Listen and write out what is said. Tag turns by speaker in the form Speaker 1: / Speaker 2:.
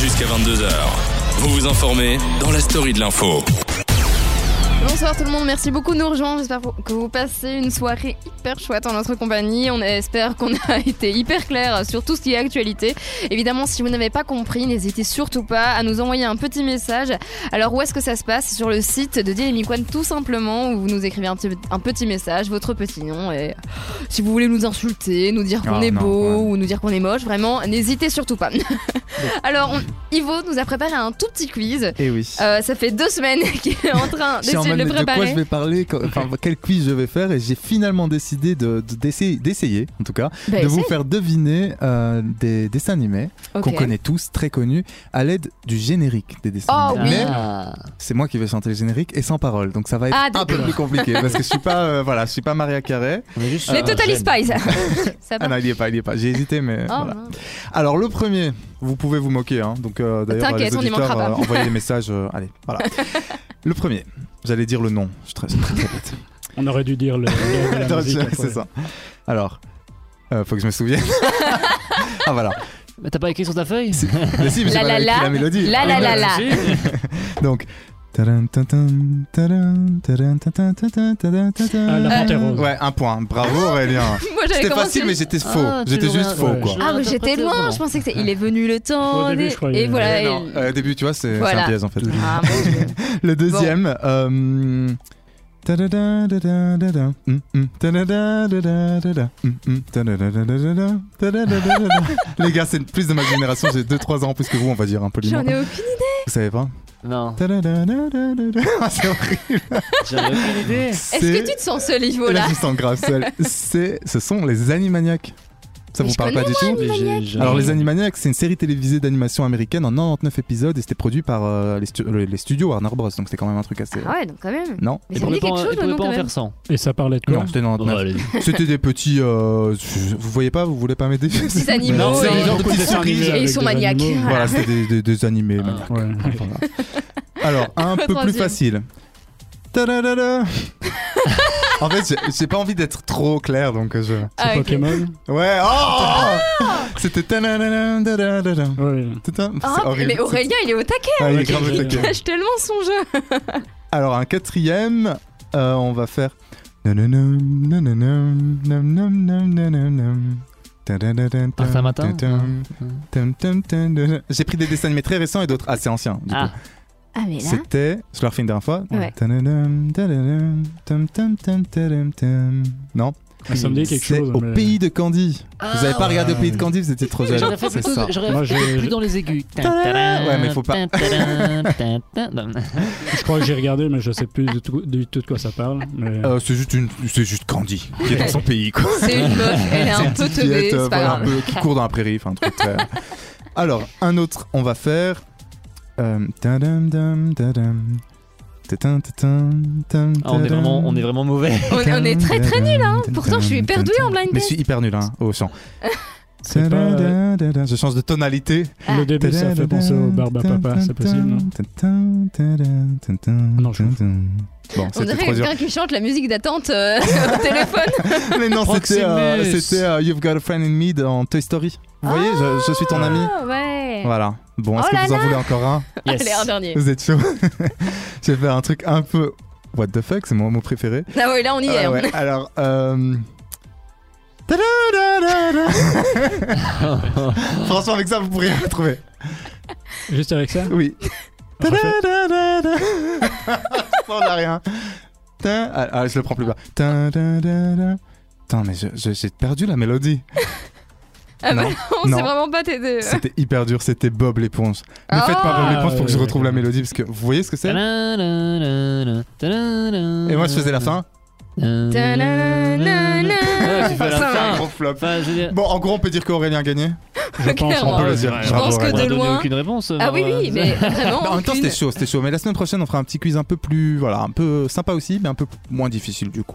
Speaker 1: jusqu'à 22h. Vous vous informez dans la story de l'info.
Speaker 2: Bonsoir tout le monde, merci beaucoup de nous rejoindre. J'espère que vous passez une soirée hyper chouette en notre compagnie. On espère qu'on a été hyper clair sur tout ce qui est actualité. Évidemment, si vous n'avez pas compris, n'hésitez surtout pas à nous envoyer un petit message. Alors, où est-ce que ça se passe Sur le site de Dynamic One, tout simplement, où vous nous écrivez un petit, un petit message, votre petit nom. Et euh, si vous voulez nous insulter, nous dire qu'on
Speaker 3: Ah,
Speaker 2: est
Speaker 3: non,
Speaker 2: beau
Speaker 3: ouais.
Speaker 2: ou nous dire qu'on est moche, vraiment, n'hésitez surtout pas. Alors, on- Ivo nous a préparé un tout petit quiz.
Speaker 3: Et Eh oui.
Speaker 2: Euh, ça fait deux semaines qu'il est en train
Speaker 3: Je suis en
Speaker 2: d'essayer de
Speaker 3: mode,
Speaker 2: le
Speaker 3: mais de quoi je
Speaker 2: préparer.
Speaker 3: vais parler, quand- enfin quel quiz je vais faire et j'ai finalement décidé de- de- d'essayer, d'essayer, en tout cas,
Speaker 2: Bah,
Speaker 3: de vous
Speaker 2: essaye.
Speaker 3: faire deviner euh, des dessins animés qu'on
Speaker 2: Ok.
Speaker 3: connaît tous, très connus, à l'aide du générique des dessins
Speaker 2: Oh,
Speaker 3: animés.
Speaker 2: oui.
Speaker 3: Mais
Speaker 4: Ah.
Speaker 3: c'est moi qui vais chanter le générique et sans parole, donc ça va être
Speaker 2: Ah,
Speaker 3: un peu
Speaker 2: d'accord.
Speaker 3: plus compliqué parce que je suis pas, euh, voilà, je suis pas Maria Carré.
Speaker 2: Les Totally Spies. Ça
Speaker 3: Ah
Speaker 2: va.
Speaker 3: non, il y est pas, il y est pas. J'ai hésité, mais
Speaker 2: Oh,
Speaker 3: voilà.
Speaker 2: non.
Speaker 3: Alors le premier, vous pouvez vous moquer, hein. donc euh, d'ailleurs
Speaker 2: T'inquiète,
Speaker 3: les
Speaker 2: on y
Speaker 3: auditeurs,
Speaker 2: manquera pas.
Speaker 3: envoyez des messages, euh, allez, voilà. le premier, j'allais dire le nom, je suis très, très, très bête.
Speaker 5: On aurait dû dire le. le- la
Speaker 3: Attends,
Speaker 5: musique
Speaker 3: je-
Speaker 5: après.
Speaker 3: c'est ça. Alors, euh, faut que je me souvienne. ah voilà.
Speaker 4: Mais t'as pas écrit sur ta feuille
Speaker 2: Ah
Speaker 4: Ah,
Speaker 3: Mais si, mais j'ai
Speaker 2: La
Speaker 3: pas
Speaker 2: la
Speaker 3: écrit
Speaker 2: la.
Speaker 3: la mélodie.
Speaker 2: La la la la.
Speaker 3: Donc. tadam, tadam, tadam, tadam, tadam, tadam, tadam, tadam.
Speaker 5: Ah, la panthère rose.
Speaker 3: Ouais, un point. Bravo Aurélien.
Speaker 2: Moi j'avais
Speaker 3: C'était
Speaker 2: commencé.
Speaker 3: facile, mais j'étais faux.
Speaker 4: Ah, tu
Speaker 3: j'étais
Speaker 4: l'aurais-
Speaker 3: juste faux,
Speaker 5: ouais,
Speaker 3: quoi.
Speaker 4: je-
Speaker 2: Ah, mais j'étais loin, je pensais que c'est. Il est venu le temps.
Speaker 5: Au début,
Speaker 2: des-
Speaker 5: je croyais.
Speaker 2: Et voilà.
Speaker 3: Mais non,
Speaker 2: il-
Speaker 3: euh, au début, tu vois, c'est c'est
Speaker 2: Voilà.
Speaker 3: un piège en fait.
Speaker 2: Ah, mon Dieu.
Speaker 3: Le deuxième. euh, tadada, dada, dada, hum, hum, tadada, dada, dada, hum, hum, tadada, dada, dada, tadada, dada. Les gars, c'est plus de ma génération, j'ai 2-3 ans en plus que vous, on va dire un peu
Speaker 2: J'en ai aucune.
Speaker 3: Vous savez pas
Speaker 4: Non.
Speaker 3: Tadada, dada, dada. Ah, C'est horrible.
Speaker 4: J'avais aucune idée.
Speaker 2: Est-ce que tu te sens seul, Ivo
Speaker 3: Là,
Speaker 2: là
Speaker 3: je me sens grave seul. C'est- Ce sont les Animaniacs. Ça
Speaker 2: Mais
Speaker 3: vous
Speaker 2: je
Speaker 3: parle pas du tout
Speaker 4: Mais j'ai- j'ai-
Speaker 3: Alors les Animaniacs, c'est une série télévisée d'animation américaine en 99 épisodes et c'était produit par euh, les, stu- les studios Warner Bros. Donc c'était quand même un truc assez...
Speaker 2: Ah ouais, donc quand même.
Speaker 3: Non
Speaker 2: Mais
Speaker 4: Et
Speaker 2: ça me
Speaker 4: pouvait
Speaker 2: dit quelque
Speaker 4: pas-
Speaker 2: chose
Speaker 4: et
Speaker 2: le
Speaker 4: pouvait
Speaker 2: nom
Speaker 4: pas
Speaker 2: quand
Speaker 4: en
Speaker 2: même.
Speaker 4: faire Ah, 100.
Speaker 5: Et ça parlait de quoi
Speaker 3: Non, c'était 99.
Speaker 4: allez.
Speaker 3: C'était des petits. euh, vous voyez pas Vous voulez pas m'aider
Speaker 2: Petits animaux.
Speaker 3: Non, c'est
Speaker 2: et-
Speaker 3: des gens
Speaker 5: beaucoup de dessins
Speaker 3: souris.
Speaker 5: animés
Speaker 2: Et
Speaker 5: avec
Speaker 2: ils sont
Speaker 5: des
Speaker 2: maniaques.
Speaker 5: animaux.
Speaker 3: Voilà, c'était des, des- des animés.
Speaker 4: Ah.
Speaker 3: maniaques.
Speaker 5: Ouais.
Speaker 3: Voilà. Alors, un peu plus
Speaker 2: Troisième.
Speaker 3: facile. Ta-da-da-da. en fait, j'ai- j'ai pas envie d'être trop clair, donc euh, je.
Speaker 2: Ah, ok.
Speaker 5: Pokémon
Speaker 3: Ouais,
Speaker 2: Ah!
Speaker 3: oh C'était. ta-da-da-da, da-da-da-da.
Speaker 5: Ouais.
Speaker 3: Putain,
Speaker 2: Ah,
Speaker 3: c'est horrible.
Speaker 2: mais Aurélien, il est au taquet.
Speaker 3: Ah, il est
Speaker 5: Ouais,
Speaker 3: grave
Speaker 5: c'est
Speaker 3: au taquet.
Speaker 2: Lâche tellement son jeu.
Speaker 3: Alors, un quatrième, euh, on va faire. Nananam, nananam, nananam, nananam. Ta-da-da-da-da,
Speaker 4: Martin Matin
Speaker 3: ta-tam. Tum, tum, tum, tum. J'ai pris des dessins animés très récents et d'autres assez anciens. du
Speaker 4: Ah,
Speaker 3: coup.
Speaker 2: Ah, mais là.
Speaker 3: C'était, je leur fais une dernière fois.
Speaker 2: Ouais.
Speaker 3: Tadadam, tadadam, tum, tum, tum, tadam, tum. Non,
Speaker 5: Ça me dit quelque
Speaker 3: c'est
Speaker 5: chose.
Speaker 3: au
Speaker 5: mais-
Speaker 3: pays de Candy. vous avez pas regardé au
Speaker 5: ouais.
Speaker 3: pays de Candy, vous étiez trop jeune.
Speaker 4: j'aurais fait
Speaker 3: C'est
Speaker 4: plutôt,
Speaker 3: ça.
Speaker 4: j'aurais
Speaker 5: Moi,
Speaker 4: fait
Speaker 5: j'ai-
Speaker 4: plus dans les aigus.
Speaker 3: Ouais, mais faut pas.
Speaker 4: Ah,
Speaker 5: Je crois que j'ai regardé, mais je sais plus du tout, du tout de quoi ça parle. Mais...
Speaker 3: Euh, c'est juste une, c'est juste Candy qui est dans son pays quoi.
Speaker 2: C'est une meuf, elle est un peu
Speaker 3: Qui
Speaker 2: teubée,
Speaker 3: est, euh,
Speaker 2: c'est pas
Speaker 3: voilà, un
Speaker 2: grave.
Speaker 3: peu- qui court dans la prairie, enfin un truc très. Alors un autre, on va faire. euh, tadam, dam, tadam. Tadam, tadam, tadam,
Speaker 4: Ah, on est vraiment, on est vraiment mauvais.
Speaker 2: On on est très très.
Speaker 3: nuls, hein
Speaker 2: Pourtant, je suis perdue en blind
Speaker 3: Mais je
Speaker 2: test.
Speaker 3: suis hyper nul, hein, au chant.
Speaker 5: C'est pas-
Speaker 3: Je change de tonalité.
Speaker 5: Le début, ça fait penser au Barba Papa, c'est possible, non
Speaker 3: Non,
Speaker 5: Non, je-
Speaker 3: Bon,
Speaker 2: On
Speaker 3: c'était
Speaker 2: dirait
Speaker 3: trop dur.
Speaker 2: quelqu'un qui chante la musique d'attente euh, au téléphone.
Speaker 3: Mais non, c'était euh,
Speaker 4: Proximus.
Speaker 3: c'était, euh, You've Got a Friend in Me dans Toy Story. Vous voyez, je, je suis ton ami.
Speaker 2: Ah, ouais.
Speaker 3: Voilà. Bon, est-ce
Speaker 2: Oh là
Speaker 3: que vous en
Speaker 2: là.
Speaker 3: voulez encore un
Speaker 4: Yes.
Speaker 2: Allez, un dernier.
Speaker 3: Vous êtes chaud J'ai fait un truc un peu. What the fuck, c'est mon mot préféré.
Speaker 2: Ah, ouais, là, on y est.
Speaker 3: Ah
Speaker 2: hein.
Speaker 3: ouais, alors. euh, tadadadada. Franchement, avec ça, vous pourriez me trouver.
Speaker 5: Juste avec ça
Speaker 3: Oui.
Speaker 5: Refais.
Speaker 3: Tadadadada. On n'a rien. Ta- Ah, ah, je le prends plus bas. Tadadadada. Putain, mais je- je- j'ai perdu la mélodie.
Speaker 2: Ah, bah,
Speaker 3: Non.
Speaker 2: on
Speaker 3: Non.
Speaker 2: sait vraiment pas t'aider.
Speaker 3: C'était hyper dur, c'était Bob l'éponge. Ne
Speaker 2: Ah
Speaker 3: faites pas Bob l'éponge pour que je
Speaker 5: Ah,
Speaker 3: retrouve
Speaker 5: ouais, Ah
Speaker 3: la
Speaker 5: ouais.
Speaker 3: mélodie, parce que vous voyez ce que c'est Et
Speaker 4: Et
Speaker 3: moi, je faisais la fin.
Speaker 4: Ouais, tu fais la
Speaker 3: Ah, c'est un
Speaker 4: fin.
Speaker 3: gros flop.
Speaker 4: Enfin, je veux dire,
Speaker 3: Bon, en gros, on peut dire qu'Aurélien a gagné.
Speaker 5: Je pense
Speaker 2: Clairement.
Speaker 5: on
Speaker 3: On peut
Speaker 5: peut
Speaker 3: le dire.
Speaker 4: Je
Speaker 3: Bravo,
Speaker 2: pense que
Speaker 3: Aurélien.
Speaker 4: On
Speaker 2: de
Speaker 4: a donné
Speaker 2: loin.
Speaker 4: aucune réponse.
Speaker 2: Ah oui,
Speaker 4: euh,
Speaker 2: oui, mais vraiment.
Speaker 3: Bah, en même
Speaker 2: Oh,
Speaker 3: temps,
Speaker 2: aucune.
Speaker 3: c'était chaud, c'était chaud. Mais la semaine prochaine, on fera un petit quiz un peu plus, voilà, un peu sympa aussi, mais un peu moins difficile du coup.